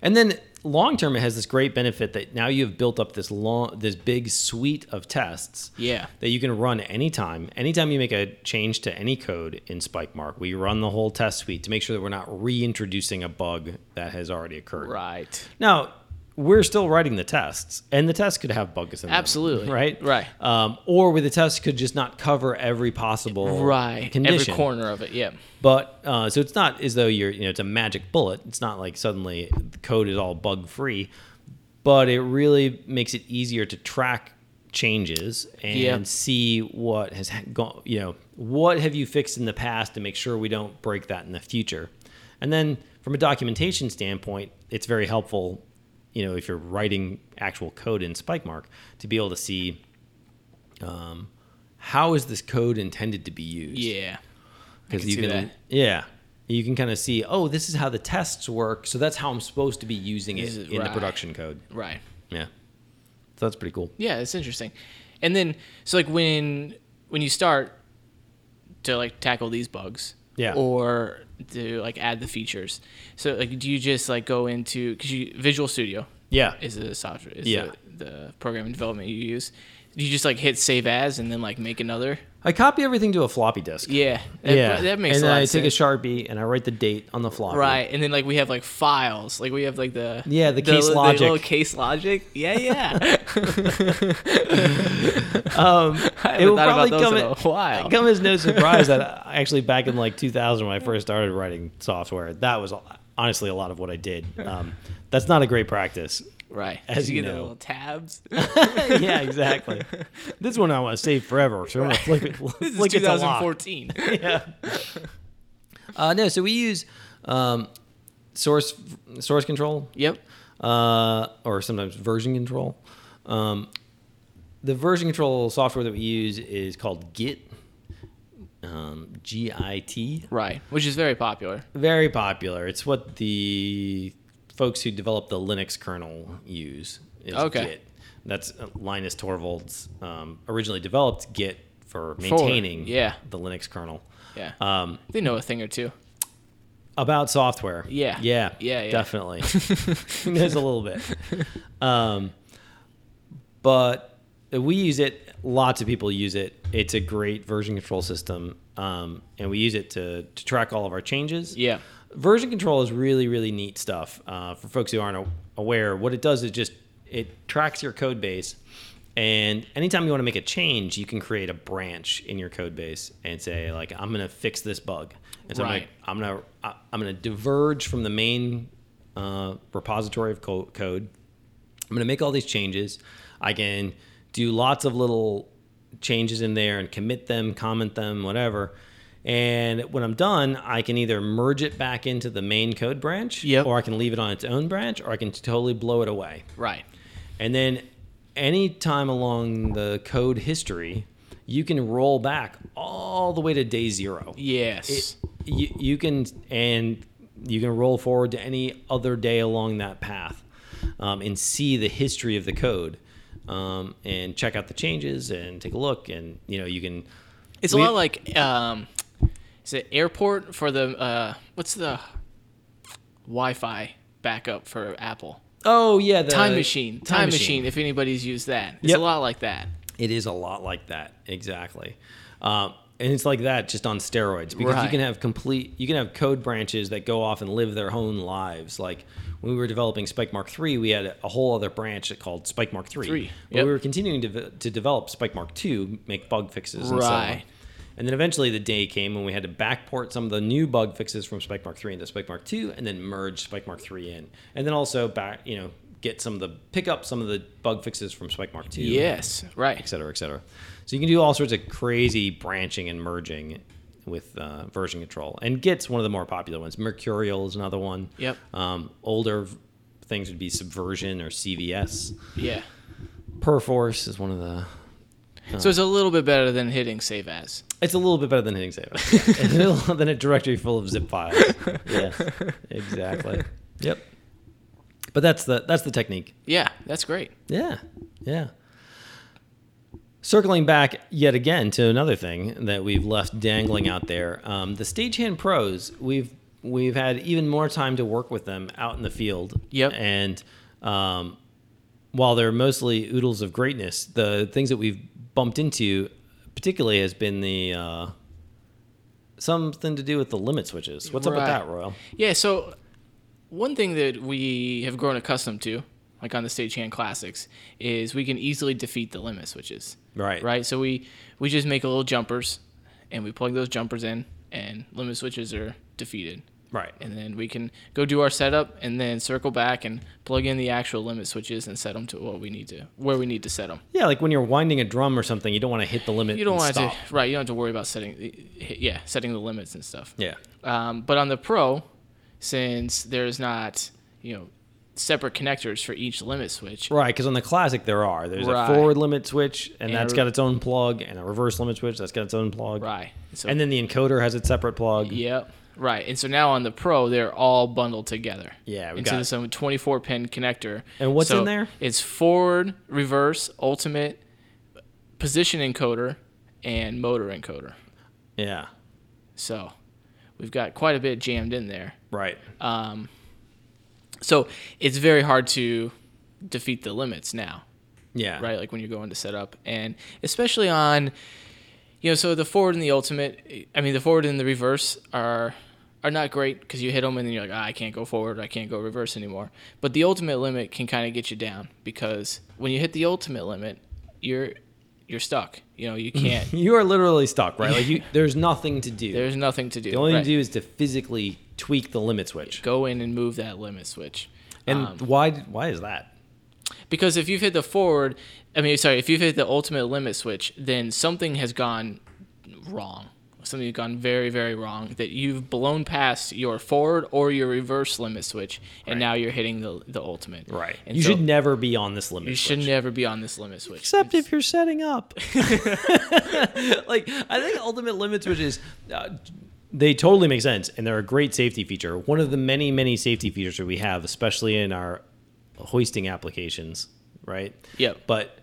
Speaker 1: and then long term, it has this great benefit that now you have built up this long, this big suite of tests
Speaker 2: yeah.
Speaker 1: that you can run anytime. Anytime you make a change to any code in Spike Mark, we run the whole test suite to make sure that we're not reintroducing a bug that has already occurred.
Speaker 2: Right.
Speaker 1: Now, we're still writing the tests, and the tests could have bugs in them.
Speaker 2: Absolutely.
Speaker 1: Right?
Speaker 2: Right.
Speaker 1: Um, or where the test could just not cover every possible
Speaker 2: Right.
Speaker 1: condition.
Speaker 2: Every corner of it. Yeah.
Speaker 1: But uh, so it's not as though you're, you know, it's a magic bullet. It's not like suddenly the code is all bug free, but it really makes it easier to track changes and
Speaker 2: Yeah.
Speaker 1: see what has ha- gone, you know, what have you fixed in the past to make sure we don't break that in the future. And then from a documentation standpoint, it's very helpful, you know, if you're writing actual code in SpikeMark to be able to see um, how is this code intended to be used
Speaker 2: Yeah. I
Speaker 1: because
Speaker 2: can
Speaker 1: you
Speaker 2: see
Speaker 1: can
Speaker 2: that.
Speaker 1: yeah you can kind of see oh this is how the tests work so that's how i'm supposed to be using it
Speaker 2: This is-
Speaker 1: in the
Speaker 2: right.
Speaker 1: production code
Speaker 2: Right.
Speaker 1: yeah so that's pretty cool
Speaker 2: Yeah, it's interesting. And then so like when when you start to like tackle these bugs
Speaker 1: Yeah.
Speaker 2: or to like add the features. So like do you just like go into cuz you Visual Studio
Speaker 1: yeah
Speaker 2: is a software is
Speaker 1: Yeah.
Speaker 2: the, the programming development you use. Do you just like hit save as and then like make another?
Speaker 1: i copy everything to a floppy disk
Speaker 2: Yeah. That,
Speaker 1: yeah
Speaker 2: That makes
Speaker 1: and
Speaker 2: a
Speaker 1: then
Speaker 2: lot
Speaker 1: i
Speaker 2: of
Speaker 1: take
Speaker 2: sense.
Speaker 1: a sharpie and i write the date on the floppy
Speaker 2: Right, and then like we have like files, like we have like the
Speaker 1: Yeah, the case logic.
Speaker 2: the little case logic. Yeah, yeah.
Speaker 1: [laughs]
Speaker 2: [laughs]
Speaker 1: um
Speaker 2: I
Speaker 1: it
Speaker 2: haven't
Speaker 1: will
Speaker 2: thought about
Speaker 1: probably
Speaker 2: those
Speaker 1: come,
Speaker 2: in a while.
Speaker 1: come as
Speaker 2: [laughs]
Speaker 1: no surprise that I- actually back in like 2000 when i first started writing software that was honestly a lot of what i did um, that's not a great
Speaker 2: [laughs]
Speaker 1: practice [laughs]
Speaker 2: Right.
Speaker 1: As
Speaker 2: Did
Speaker 1: you
Speaker 2: you get the
Speaker 1: know. [laughs]
Speaker 2: little tabs.
Speaker 1: yeah exactly this one i want to save forever so i'm gonna flip it
Speaker 2: [laughs] This is
Speaker 1: flick it to lock. [laughs]
Speaker 2: 2014.
Speaker 1: yeah. Uh, no, so we use um, source source control,
Speaker 2: yep.
Speaker 1: uh, or sometimes version control. Um, the version control software that we use is called Git, um, G I T.
Speaker 2: Right. Which is very popular.
Speaker 1: Very popular. It's what the folks who develop the Linux kernel use. Is
Speaker 2: Okay.
Speaker 1: Git. That's uh, Linus Torvalds um, originally developed Git for maintaining
Speaker 2: yeah.
Speaker 1: the Linux kernel.
Speaker 2: Yeah.
Speaker 1: Um,
Speaker 2: they know a thing or two.
Speaker 1: about software.
Speaker 2: Yeah.
Speaker 1: Yeah.
Speaker 2: Yeah,
Speaker 1: [laughs]
Speaker 2: yeah. [laughs]
Speaker 1: Definitely. There's a little bit. Um, but we use it. Lots of people use it. It's a great version control system, um, and we use it to, to track all of our changes.
Speaker 2: Yeah.
Speaker 1: version control is really really neat stuff. Uh, for folks who aren't a- aware, what it does is just it tracks your code base, and anytime you want to make a change, you can create a branch in your code base and say like, I'm gonna fix this bug. And so
Speaker 2: Right.
Speaker 1: I'm gonna I'm gonna I- I'm gonna diverge from the main uh, repository of co- code. I'm going to make all these changes. I can do lots of little changes in there and commit them, comment them, whatever. And when I'm done, I can either merge it back into the main code branch,
Speaker 2: Yep.
Speaker 1: or I can leave it on its own branch, or I can totally blow it away.
Speaker 2: Right.
Speaker 1: And then any time along the code history, you can roll back all the way to day zero
Speaker 2: Yes.
Speaker 1: it, you, you can and you can roll forward to any other day along that path um, and see the history of the code um, and check out the changes and take a look and you know you can
Speaker 2: It's
Speaker 1: We-
Speaker 2: a lot like um, is it airport for the uh, what's the Wi-Fi backup for Apple?
Speaker 1: oh yeah the
Speaker 2: Time machine. Time, machine. If anybody's used that, it's
Speaker 1: Yep.
Speaker 2: a lot like that.
Speaker 1: It is a lot like that, exactly. Um, and it's like that just on steroids because you
Speaker 2: Right.
Speaker 1: can have complete, you can have code branches that go off and live their own lives. Like when we were developing Spike Mark Three, we had a whole other branch that called Spike Mark Three.
Speaker 2: Three,
Speaker 1: But
Speaker 2: yep.
Speaker 1: we were continuing to, to develop Spike Mark Two, make bug fixes, and so on.
Speaker 2: Right.
Speaker 1: And then eventually the day came when we had to backport some of the new bug fixes from Spike Mark 3 into Spike Mark 2 and then merge Spike Mark 3 in. And then also back, you know, get some of the pick up some of the bug fixes from Spike Mark 2
Speaker 2: Yes.
Speaker 1: et
Speaker 2: Right.
Speaker 1: cetera, et cetera. So you can do all sorts of crazy branching and merging with uh, version control. And Git's one of the more popular ones. Mercurial is another one.
Speaker 2: Yep.
Speaker 1: Um, older v- things would be Subversion or CVS.
Speaker 2: Yeah.
Speaker 1: Perforce is one of the.
Speaker 2: So it's a little bit better than hitting save as.
Speaker 1: It's a little bit better than hitting save. as. it's a little than a directory full of zip files. yes, exactly. Yep. But that's the that's the technique.
Speaker 2: Yeah, that's great.
Speaker 1: Yeah, yeah. Circling back yet again to another thing that we've left dangling out there, um, the stagehand pros. We've we've had even more time to work with them out in the field.
Speaker 2: Yep.
Speaker 1: And um, while they're mostly oodles of greatness, the things that we've bumped into, particularly, has been the uh, something to do with the limit switches. What's up with
Speaker 2: Right.
Speaker 1: that, Royal?
Speaker 2: Yeah, so one thing that we have grown accustomed to, like on the stagehand classics, is we can easily defeat the limit switches.
Speaker 1: Right.
Speaker 2: Right. So we we just make little jumpers, and we plug those jumpers in, and limit switches are defeated.
Speaker 1: Right.
Speaker 2: And then we can go do our setup, and then circle back and plug in the actual limit switches and set them to what we need to where we need to set them.
Speaker 1: Yeah, like when you're winding a drum or something, you don't want to hit the limit.
Speaker 2: You don't
Speaker 1: and
Speaker 2: want to
Speaker 1: stop.
Speaker 2: right. You don't have to worry about setting eh, yeah setting the limits and stuff.
Speaker 1: Yeah.
Speaker 2: Um, but on the Pro, since there's not, you know, separate connectors for each limit switch,
Speaker 1: Right, because on the classic there are. There's
Speaker 2: Right.
Speaker 1: a forward limit switch, and,
Speaker 2: And
Speaker 1: that's
Speaker 2: a-
Speaker 1: got its own plug, and a reverse limit switch that's got its own plug.
Speaker 2: right? So,
Speaker 1: And then the encoder has its separate plug.
Speaker 2: yep, right. And so now on the Pro, they're all bundled together.
Speaker 1: Yeah, we
Speaker 2: into
Speaker 1: got-
Speaker 2: some 24 pin connector.
Speaker 1: And what's
Speaker 2: So
Speaker 1: in there?
Speaker 2: It's forward, reverse, ultimate, position encoder, and motor encoder.
Speaker 1: Yeah,
Speaker 2: So we've got quite a bit jammed in there. Um,
Speaker 1: right.
Speaker 2: Uh, So it's very hard to defeat the limits now.
Speaker 1: yeah,
Speaker 2: right? Like when you're going to set up, and especially on, you know, so the forward and the ultimate. I mean, the forward and the reverse are are not great because you hit them and then you're like, ah, I can't go forward, I can't go reverse anymore. But the ultimate limit can kind of get you down because when you hit the ultimate limit, you're you're stuck. You know, you
Speaker 1: [laughs]
Speaker 2: can't.
Speaker 1: You are literally stuck, right? Like
Speaker 2: [laughs]
Speaker 1: you, there's nothing to do.
Speaker 2: there's nothing to do.
Speaker 1: the only
Speaker 2: right?
Speaker 1: thing to do is to physically tweak the limit switch.
Speaker 2: go in and move that limit switch.
Speaker 1: And
Speaker 2: Um,
Speaker 1: why? Why is that?
Speaker 2: Because if you've hit the forward, I mean, sorry, if you've hit the ultimate limit switch, then something has gone wrong. Something has gone very, very wrong that you've blown past your forward or your reverse limit switch, and now you're hitting the, the ultimate. And
Speaker 1: you
Speaker 2: so
Speaker 1: should never be on this limit.
Speaker 2: you
Speaker 1: switch.
Speaker 2: should never be on this limit switch.
Speaker 1: except if you're setting up. [laughs] like I think ultimate limit switches, uh, they totally make sense, and they're a great safety feature. One of the many, many safety features that we have, especially in our hoisting applications, right?
Speaker 2: Yep.
Speaker 1: But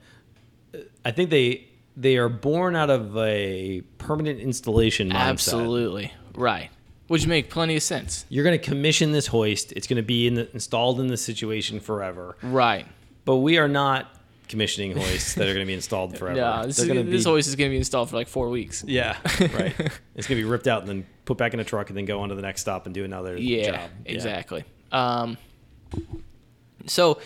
Speaker 1: uh, I think they they are born out of a permanent installation mindset.
Speaker 2: Absolutely right, which make plenty of sense.
Speaker 1: You're going to commission this hoist. It's going to be in the, installed in this situation forever.
Speaker 2: Right.
Speaker 1: But we are not commissioning hoists that are going to be installed forever.
Speaker 2: [laughs] Yeah, this,
Speaker 1: They're
Speaker 2: is,
Speaker 1: gonna
Speaker 2: this
Speaker 1: be-
Speaker 2: hoist is going to be installed for like four weeks.
Speaker 1: [laughs] Yeah, right. it's gonna be ripped out and then put back in a truck and then go on to the next stop and do another
Speaker 2: yeah,
Speaker 1: job.
Speaker 2: exactly. Um, so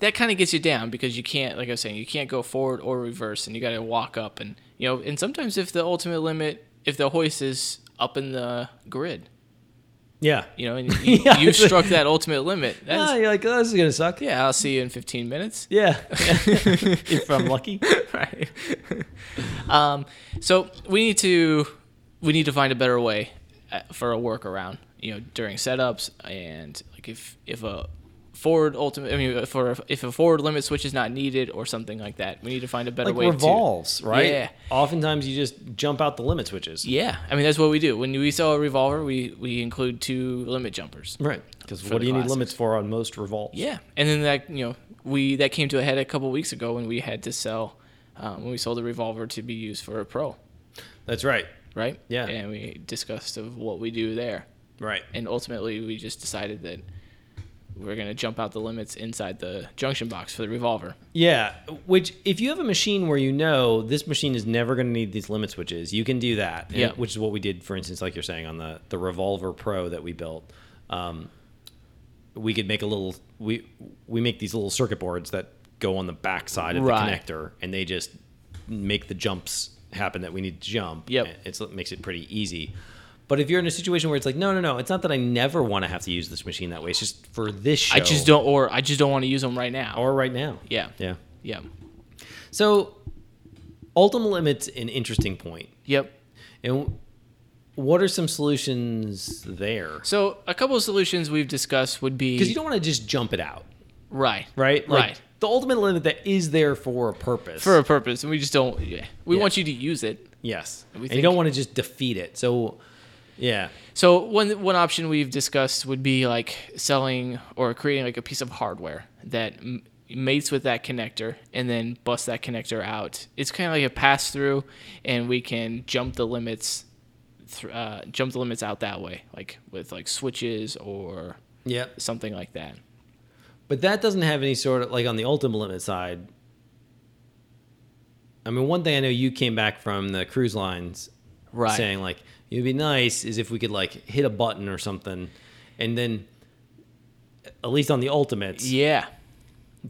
Speaker 2: that kind of gets you down because you can't, like I was saying, you can't go forward or reverse, and you got to walk up, and you know, and sometimes if the ultimate limit, if the hoist is up in the grid,
Speaker 1: Yeah.
Speaker 2: you
Speaker 1: [laughs]
Speaker 2: know, and you,
Speaker 1: Yeah,
Speaker 2: you've
Speaker 1: it's a-
Speaker 2: struck that ultimate limit. That
Speaker 1: Ah,
Speaker 2: is,
Speaker 1: you're like, oh, this is gonna suck.
Speaker 2: yeah, I'll see you in 15 minutes. [laughs]
Speaker 1: Yeah. if I'm lucky.
Speaker 2: right. um, so we need to we need to find a better way uh, for a workaround. You know, during setups and like if if a forward ultimate, I mean, for if a forward limit switch is not needed or something like that, we need to find a better
Speaker 1: Like
Speaker 2: way
Speaker 1: revolves, right?
Speaker 2: Yeah.
Speaker 1: Oftentimes you just jump out the limit switches.
Speaker 2: to. Yeah, I mean that's what we do. When we sell a revolver, we we include two limit jumpers.
Speaker 1: Right. Because
Speaker 2: the
Speaker 1: what do you need
Speaker 2: classics.
Speaker 1: limits for on most revolves?
Speaker 2: Yeah, and then that you know we that came to a head a couple weeks ago when we had to sell um, when we sold the revolver to be used for a pro.
Speaker 1: That's right.
Speaker 2: right?
Speaker 1: Yeah.
Speaker 2: And we discussed of what we do there,
Speaker 1: Right.
Speaker 2: and ultimately we just decided that we're gonna jump out the limits inside the junction box for the revolver.
Speaker 1: Yeah. Which if you have a machine where you know this machine is never gonna need these limit switches, you can do that. And-
Speaker 2: Yeah.
Speaker 1: Which is what we did, for instance, like you're saying on the, the revolver pro that we built. Um, we could make a little we we make these little circuit boards that go on the back side of
Speaker 2: Right.
Speaker 1: the connector and they just make the jumps happen that we need to jump.
Speaker 2: Yep.
Speaker 1: It's, it makes it pretty easy. But if you're in a situation where it's like, no, no, no, it's not that I never want to have to use this machine that way. It's just for this show.
Speaker 2: I just don't, or I just don't want to use them right now.
Speaker 1: Or right now.
Speaker 2: yeah,
Speaker 1: Yeah.
Speaker 2: yeah,
Speaker 1: So, ultimate limits an interesting point.
Speaker 2: yep.
Speaker 1: And what are some solutions there?
Speaker 2: So a couple of solutions we've discussed would be
Speaker 1: Because you don't want to just jump it out,
Speaker 2: right,
Speaker 1: right? Like,
Speaker 2: right
Speaker 1: The ultimate limit that is there for a purpose.
Speaker 2: for a purpose, and we just don't. Yeah, we
Speaker 1: Yeah.
Speaker 2: want you to use it.
Speaker 1: yes,
Speaker 2: we
Speaker 1: and you
Speaker 2: think-
Speaker 1: don't want to just defeat it. So, yeah,
Speaker 2: So one one option we've discussed would be like selling or creating like a piece of hardware that m- mates with that connector and then bust that connector out. It's kind of like a pass through, and we can jump the limits, thr uh, jump the limits out that way, like with like switches or
Speaker 1: yeah.
Speaker 2: something like that.
Speaker 1: But that doesn't have any sort of like on the ultimate limit side. I mean, one thing I know you came back from the cruise lines
Speaker 2: Right.
Speaker 1: saying like it would be nice is if we could like hit a button or something, and then at least on the ultimates
Speaker 2: Yeah.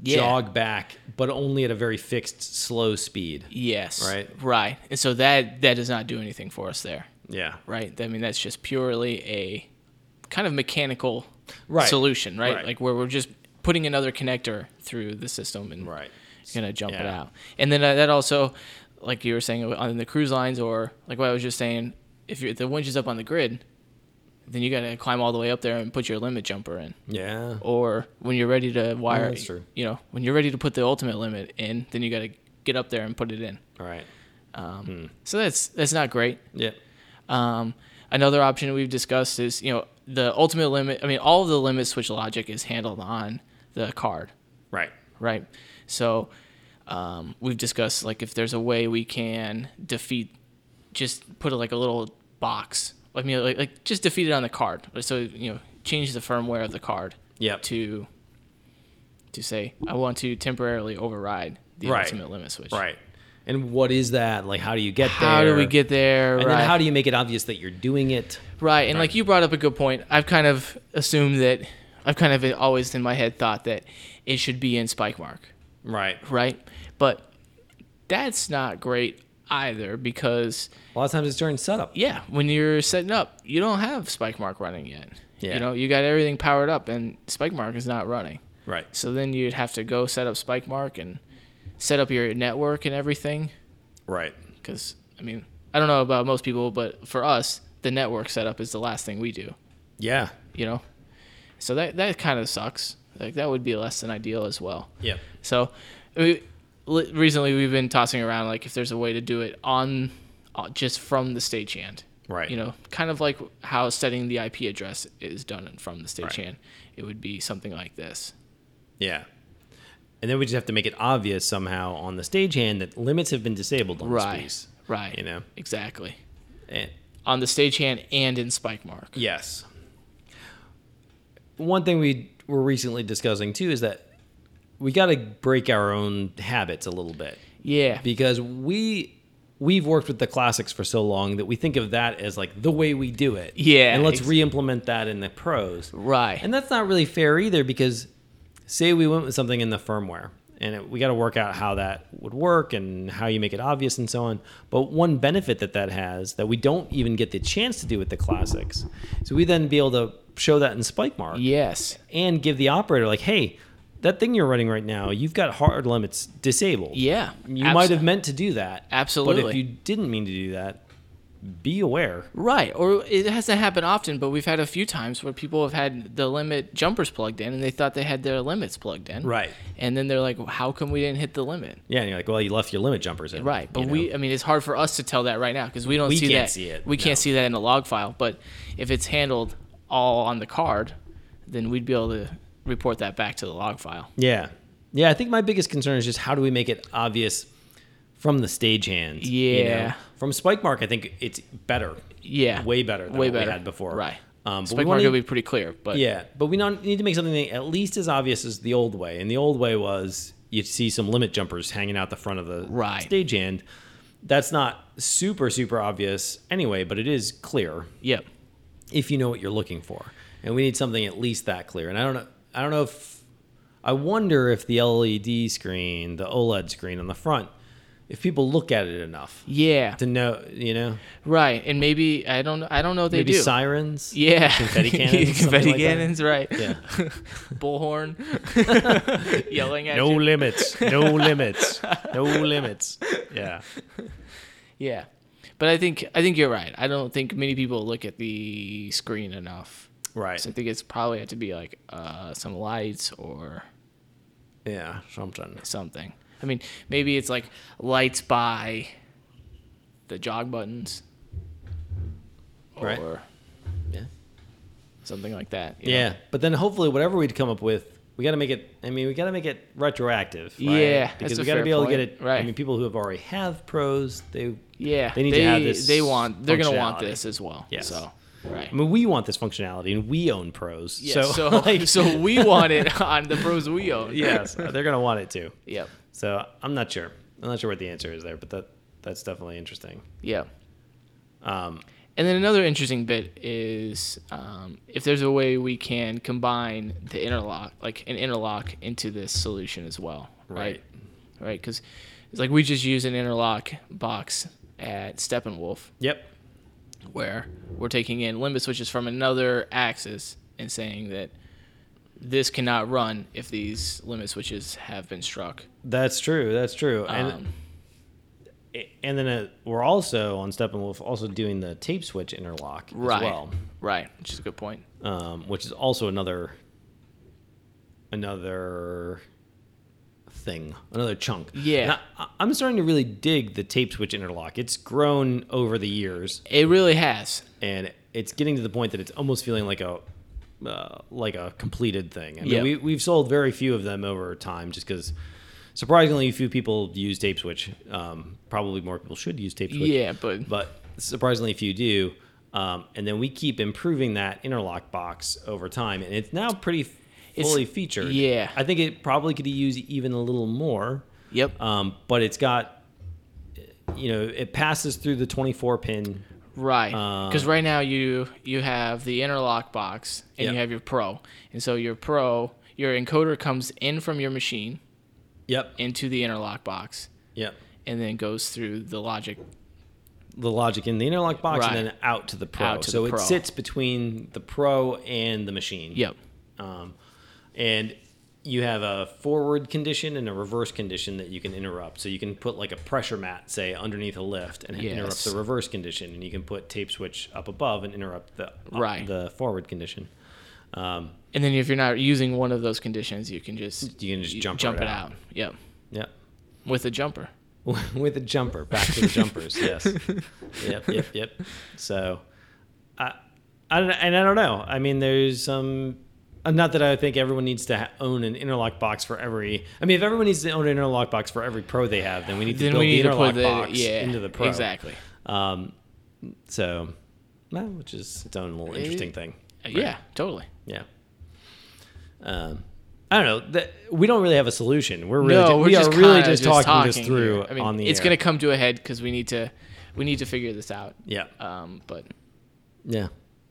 Speaker 2: Yeah.
Speaker 1: jog back, but only at a very fixed slow speed.
Speaker 2: Yes.
Speaker 1: Right.
Speaker 2: Right. And so that that does not do anything for us there.
Speaker 1: Yeah,
Speaker 2: right? I mean, that's just purely a kind of mechanical
Speaker 1: Right.
Speaker 2: solution, right?
Speaker 1: Right.
Speaker 2: Like where we're just putting another connector through the system and
Speaker 1: Right.
Speaker 2: gonna jump it
Speaker 1: Yeah.
Speaker 2: out. And then uh, that also, like you were saying uh, on the cruise lines, or like what I was just saying, if you're, the winch is up on the grid, then you gotta climb all the way up there and put your limit jumper in.
Speaker 1: yeah,
Speaker 2: Or when you're ready to wire,
Speaker 1: that's true.
Speaker 2: you know, when you're ready to put the ultimate limit in, then you gotta get up there and put it in.
Speaker 1: all right,
Speaker 2: So that's that's not great.
Speaker 1: yeah,
Speaker 2: Um, another option we've discussed is, you know, the ultimate limit. I mean, all of the limit switch logic is handled on the card,
Speaker 1: right,
Speaker 2: right? So um, we've discussed like if there's a way we can defeat, just put like a little box. I mean, like, like just defeat it on the card. So you know, change the firmware of the card.
Speaker 1: Yep.
Speaker 2: To to say I want to temporarily override the
Speaker 1: Right.
Speaker 2: ultimate limit switch.
Speaker 1: right. And what is that? Like, how do you get there?
Speaker 2: How do we get there?
Speaker 1: And
Speaker 2: right.
Speaker 1: then how do you make it obvious that you're doing it?
Speaker 2: Right, and like you brought up a good point. I've kind of assumed that I've kind of always in my head thought that it should be in spike mark,
Speaker 1: Right.
Speaker 2: right? But that's not great either because
Speaker 1: A lot of times it's during setup.
Speaker 2: yeah, when you're setting up, you don't have spike mark running yet.
Speaker 1: Yeah.
Speaker 2: You know, you got everything powered up and spike mark is not running.
Speaker 1: Right.
Speaker 2: So then you'd have to go set up spike mark and set up your network and everything
Speaker 1: Right.
Speaker 2: cuz I mean, I don't know about most people, but for us, the network setup is the last thing we do.
Speaker 1: Yeah.
Speaker 2: you know so that that kind of sucks like that would be less than ideal as well
Speaker 1: Yep.
Speaker 2: so we, li- recently we've been tossing around like if there's a way to do it on uh, just from the stagehand
Speaker 1: Right.
Speaker 2: you know kind of like how setting the ip address is done from the stagehand it would be something like this
Speaker 1: Yeah. And then we just have to make it obvious somehow on the stagehand that limits have been disabled on
Speaker 2: right
Speaker 1: this piece.
Speaker 2: right
Speaker 1: You know.
Speaker 2: exactly
Speaker 1: And,
Speaker 2: on the stagehand and in spike mark
Speaker 1: yes. One thing we were recently discussing too is that we got to break our own habits a little bit
Speaker 2: Yeah.
Speaker 1: because we we've worked with the classics for so long that we think of that as like the way we do it.
Speaker 2: Yeah,
Speaker 1: And let's
Speaker 2: ex-
Speaker 1: re-implement that in the pros.
Speaker 2: Right.
Speaker 1: And that's not really fair either because say we went with something in the firmware and it, we got to work out how that would work and how you make it obvious and so on. But one benefit that that has that we don't even get the chance to do with the classics. So we then be able to show that in Spike Mark
Speaker 2: yes.
Speaker 1: and give the operator like, "Hey, that thing you're running right now, you've got hard limits disabled."
Speaker 2: Yeah.
Speaker 1: You
Speaker 2: Abs-
Speaker 1: might have meant to do that. But
Speaker 2: Absolutely.
Speaker 1: if you didn't mean to do that, be aware.
Speaker 2: Right. Or it hasn't happened often, but we've had a few times where people have had the limit jumpers plugged in and they thought they had their limits plugged in.
Speaker 1: Right.
Speaker 2: And then they're like, well, how come we didn't hit the limit?
Speaker 1: Yeah, and you're like, well, you left your limit jumpers in.
Speaker 2: Right. But
Speaker 1: you know?
Speaker 2: we, I mean, it's hard for us to tell that right now because we don't
Speaker 1: We
Speaker 2: see
Speaker 1: can't
Speaker 2: that.
Speaker 1: see it,
Speaker 2: We
Speaker 1: no.
Speaker 2: can't see that in the log file. But if it's handled all on the card, then we'd be able to report that back to the log file.
Speaker 1: Yeah. Yeah, I think my biggest concern is just how do we make it obvious from the stagehand? you know?
Speaker 2: Yeah.
Speaker 1: From Spike Mark, I think it's better.
Speaker 2: Yeah.
Speaker 1: Way better than
Speaker 2: Way
Speaker 1: what we
Speaker 2: better.
Speaker 1: had before.
Speaker 2: Right.
Speaker 1: Um, but we
Speaker 2: Spike
Speaker 1: wanna-
Speaker 2: market would be pretty clear. But
Speaker 1: Yeah, but we not, need to make something that at least as obvious as the old way. And the old way was you'd see some limit jumpers hanging out the front of the
Speaker 2: Right.
Speaker 1: stage end. That's not super, super obvious anyway, but it is clear
Speaker 2: Yep.
Speaker 1: if you know what you're looking for. And we need something at least that clear. And I don't know. I don't know if I wonder if the LED screen, the OLED screen on the front, if people look at it enough
Speaker 2: Yeah.
Speaker 1: to know, you know,
Speaker 2: Right. And maybe I don't. I don't know. If they
Speaker 1: maybe
Speaker 2: do.
Speaker 1: sirens.
Speaker 2: Yeah. [laughs]
Speaker 1: Confetti cannons, something
Speaker 2: confetti
Speaker 1: like that.
Speaker 2: cannons, right.
Speaker 1: Yeah.
Speaker 2: [laughs]
Speaker 1: [laughs]
Speaker 2: Bullhorn. Yelling at
Speaker 1: No
Speaker 2: you.
Speaker 1: limits.
Speaker 2: [laughs]
Speaker 1: No limits. No limits. Yeah.
Speaker 2: Yeah. But I think I think you're right. I don't think many people look at the screen enough.
Speaker 1: Right.
Speaker 2: So I think it's probably had to be like uh, some lights or
Speaker 1: Yeah, something.
Speaker 2: something. I mean, maybe it's like lights by the jog buttons or
Speaker 1: Right. Yeah.
Speaker 2: something like that. you know?
Speaker 1: Yeah, but then hopefully whatever we'd come up with, we got to make it. I mean, we got to make it retroactive. Right?
Speaker 2: Yeah, that's
Speaker 1: because
Speaker 2: a
Speaker 1: we got to
Speaker 2: fair
Speaker 1: be able to
Speaker 2: point.
Speaker 1: get it. I
Speaker 2: Right.
Speaker 1: mean, people who have already have pros, they.
Speaker 2: Yeah.
Speaker 1: They need to have this
Speaker 2: They want. They're gonna want
Speaker 1: functionality.
Speaker 2: this as well.
Speaker 1: Yes.
Speaker 2: So. Right.
Speaker 1: I mean, we want this functionality, and we own pros.
Speaker 2: Yeah, so [laughs] so,
Speaker 1: [laughs] like,
Speaker 2: we want it [laughs] on the pros we own.
Speaker 1: yes, they're gonna want it too.
Speaker 2: Yep.
Speaker 1: So I'm not sure. I'm not sure what the answer is there, but that that's definitely interesting.
Speaker 2: Yep.
Speaker 1: Um,
Speaker 2: And then another interesting bit is um, if there's a way we can combine the interlock, like an interlock, into this solution as well. Right. Right. Because it's like we just use an interlock box at Steppenwolf
Speaker 1: yep.
Speaker 2: where we're taking in limit switches from another axis and saying that this cannot run if these limit switches have been struck.
Speaker 1: That's true. That's true.
Speaker 2: Um,
Speaker 1: And and then uh, we're also on Steppenwolf also doing the tape switch interlock
Speaker 2: right.
Speaker 1: as well.
Speaker 2: Right. Which is a good point.
Speaker 1: um, which is also another another thing, another chunk.
Speaker 2: Yeah.
Speaker 1: And I, I'm starting to really dig the tape switch interlock. It's grown over the years,
Speaker 2: It really has.
Speaker 1: and it's getting to the point that it's almost feeling like a uh, like a completed thing. I mean,
Speaker 2: Yeah.
Speaker 1: we, we've sold very few of them over time, just because surprisingly few people use tape switch. Um, probably more people should use tape switch
Speaker 2: Yeah, but
Speaker 1: but surprisingly few do. Um, and then we keep improving that interlock box over time, and it's now pretty f-
Speaker 2: It's-
Speaker 1: fully featured.
Speaker 2: yeah.
Speaker 1: I think it probably could use even a little more,
Speaker 2: yep.
Speaker 1: um, but it's got, you know, it passes through the 24 pin.
Speaker 2: Right,
Speaker 1: uh,
Speaker 2: because right now you you have the interlock box and
Speaker 1: Yep.
Speaker 2: you have your pro, and so your pro your encoder comes in from your machine
Speaker 1: Yep.
Speaker 2: into the interlock box,
Speaker 1: Yep.
Speaker 2: and then goes through the logic.
Speaker 1: The logic in the interlock box
Speaker 2: Right.
Speaker 1: and then out to the pro.
Speaker 2: Out to
Speaker 1: so
Speaker 2: the
Speaker 1: it
Speaker 2: pro.
Speaker 1: sits between the pro and the machine.
Speaker 2: Yep,
Speaker 1: Um, and you have a forward condition and a reverse condition that you can interrupt. So you can put like a pressure mat, say, underneath a lift and interrupt
Speaker 2: Yes.
Speaker 1: the reverse condition. And you can put tape switch up above and interrupt the,
Speaker 2: Right.
Speaker 1: the forward condition. Um,
Speaker 2: and then if you're not using one of those conditions, you can just
Speaker 1: You can just jump right
Speaker 2: it
Speaker 1: out.
Speaker 2: out. Yep,
Speaker 1: yeah.
Speaker 2: with a jumper.
Speaker 1: [laughs] With a jumper, back to the jumpers.
Speaker 2: [laughs]
Speaker 1: yes. Yep, yep, yep. So I, I don't, and I don't know. I mean, there's some. Um, not that I think everyone needs to ha- own an interlock box for every. I mean, if everyone needs to own an interlock box for every pro they have, then we need to
Speaker 2: Then
Speaker 1: build
Speaker 2: we
Speaker 1: the
Speaker 2: need to
Speaker 1: interlock
Speaker 2: put the
Speaker 1: box
Speaker 2: yeah
Speaker 1: into the pro.
Speaker 2: exactly.
Speaker 1: Um, so, no, which is its own little interesting thing.
Speaker 2: Uh, Yeah, totally.
Speaker 1: Yeah. Um, I don't know. Th- we don't really have a solution. We're really
Speaker 2: no, we're
Speaker 1: we are
Speaker 2: just
Speaker 1: really
Speaker 2: kinda
Speaker 1: just, talking,
Speaker 2: talking,
Speaker 1: this through
Speaker 2: here. I mean,
Speaker 1: on the
Speaker 2: it's
Speaker 1: air.
Speaker 2: going to come to a head because we need to we need to figure this out.
Speaker 1: yeah
Speaker 2: Um, but
Speaker 1: yeah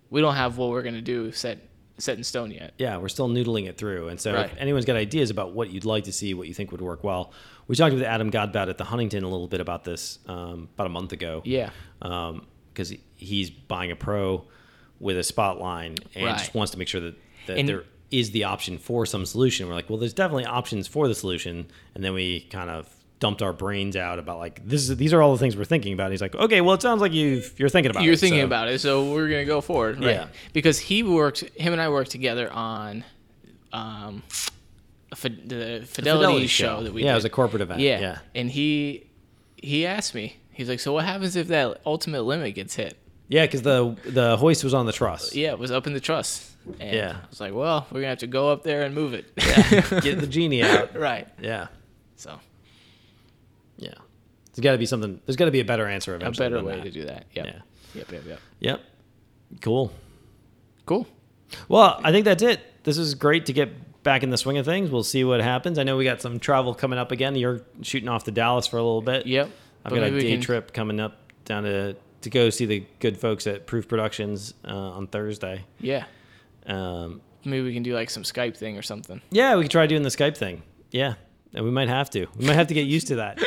Speaker 2: we don't have what we're going to do set set in stone yet.
Speaker 1: yeah we're still noodling it through. And so
Speaker 2: Right.
Speaker 1: if anyone's got ideas about what you'd like to see, what you think would work well, we talked with Adam Godbout at the Huntington a little bit about this um, about a month ago.
Speaker 2: Yeah.
Speaker 1: because he's buying a pro with a spotline and
Speaker 2: Right.
Speaker 1: just wants to make sure that, that
Speaker 2: And-
Speaker 1: there is the option for some solution. We're like, well, there's definitely options for the solution, and then we kind of dumped our brains out about like this is these are all the things we're thinking about. And he's like, okay, well, it sounds like you you're thinking about
Speaker 2: You're
Speaker 1: it,
Speaker 2: thinking
Speaker 1: so-
Speaker 2: about it, so we're gonna go forward, right?
Speaker 1: Yeah.
Speaker 2: Because he worked, him and I worked together on, um, a fi- the Fidelity, show that we
Speaker 1: yeah,
Speaker 2: did.
Speaker 1: it was a corporate event.
Speaker 2: yeah.
Speaker 1: Yeah, yeah,
Speaker 2: and he he asked me, he's like, so what happens if that ultimate limit gets hit?
Speaker 1: because the the hoist was on the truss.
Speaker 2: Yeah, it was up in the truss. And
Speaker 1: Yeah.
Speaker 2: I was like, well, we're gonna have to go up there and
Speaker 1: [laughs]
Speaker 2: move it.
Speaker 1: Get the genie out.
Speaker 2: right.
Speaker 1: Yeah,
Speaker 2: So
Speaker 1: yeah. There's got to be something. There's got to be a better answer
Speaker 2: a
Speaker 1: eventually.
Speaker 2: better
Speaker 1: than
Speaker 2: way
Speaker 1: that.
Speaker 2: to do that. Yep.
Speaker 1: Yeah.
Speaker 2: Yep. Yep. Yep.
Speaker 1: Yep. Cool.
Speaker 2: Cool.
Speaker 1: Well, I think that's it. This is great to get back in the swing of things. We'll see what happens. I know we got some travel coming up again. You're shooting off to Dallas for a little bit.
Speaker 2: Yep.
Speaker 1: I've
Speaker 2: But
Speaker 1: got a
Speaker 2: maybe we
Speaker 1: day
Speaker 2: can-
Speaker 1: trip coming up down to to go see the good folks at Proof Productions uh, on Thursday.
Speaker 2: Yeah.
Speaker 1: Um,
Speaker 2: Maybe we can do like some Skype thing or [laughs] something.
Speaker 1: yeah, we could try doing the Skype thing. Yeah, and we might have to. We might have to get used to that.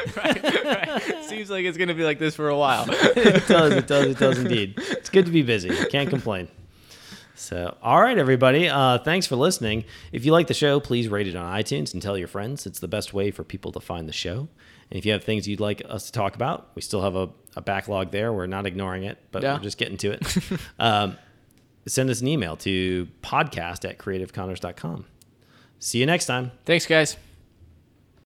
Speaker 2: Seems like it's gonna be like this for a [laughs] while.
Speaker 1: it does. It does. It does indeed. It's good to be busy. Can't complain. So, all right, everybody. Uh, thanks for listening. If you like the show, please rate it on iTunes and tell your friends. It's the best way for people to find the show. And if you have things you'd like us to talk about, we still have a, a backlog there. We're not ignoring it, but
Speaker 2: Yeah.
Speaker 1: we're just getting to it. [laughs] um, send us an email to podcast at creativeconners.com. See you next time.
Speaker 2: Thanks, guys.